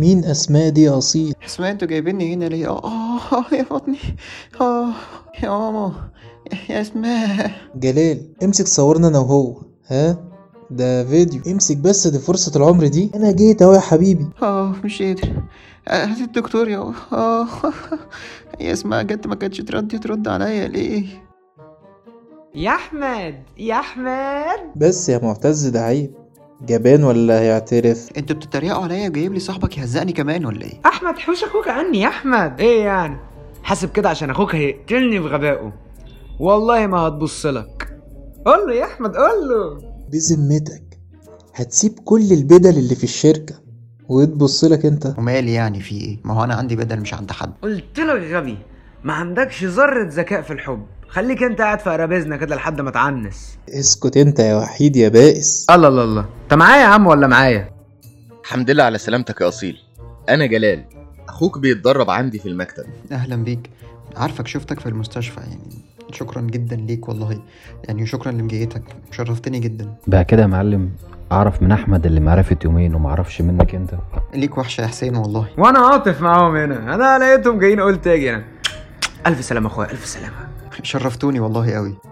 مين أسماء دي أصيل اسمعي انتوا جايبيني هنا ليه اه آه، يا بطني اه يا ماما يا اسماء جلال امسك صورنا أنا وهو ها ده فيديو امسك بس دي فرصة العمر دي أنا جيت أهو يا حبيبي اه مش قادر آه، هات الدكتور يا اه يا اسماء جت ما كانتش ترد ترد عليا ليه يا احمد يا احمد بس يا معتز ده عيب جبان ولا هيعترف انتوا بتتريقوا عليا وجايب لي صاحبك يهزقني كمان ولا ايه احمد حوش اخوك عني يا احمد ايه يعني حاسب كده عشان اخوك هيقتلني بغبائه والله ما هتبص لك قول له يا احمد قول له بذمتك هتسيب كل البدل اللي في الشركة وتبص لك انت ومالي يعني في ايه ما هو انا عندي بدل مش عند حد قلت لك غبي ما عندكش ذره ذكاء في الحب خليك انت قاعد في قرابيزنا كده لحد ما تعنس اسكت انت يا وحيد يا بائس الله الله الله انت معايا يا عم ولا معايا الحمد لله على سلامتك يا أصيل أنا جلال أخوك بيتدرب عندي في المكتب اهلا بيك عارفك شفتك في المستشفى يعني شكرا جدا ليك والله يعني شكرا لمجيتك شرفتني جدا بقى كده يا معلم اعرف من احمد اللي معرفة يومين ومعرفش منك انت ليك وحشه يا حسين والله وانا عاطف معاهم هنا انا لقيتهم جايين قلت اجي انا الف سلامه اخويا الف سلامه شرفتوني والله قوي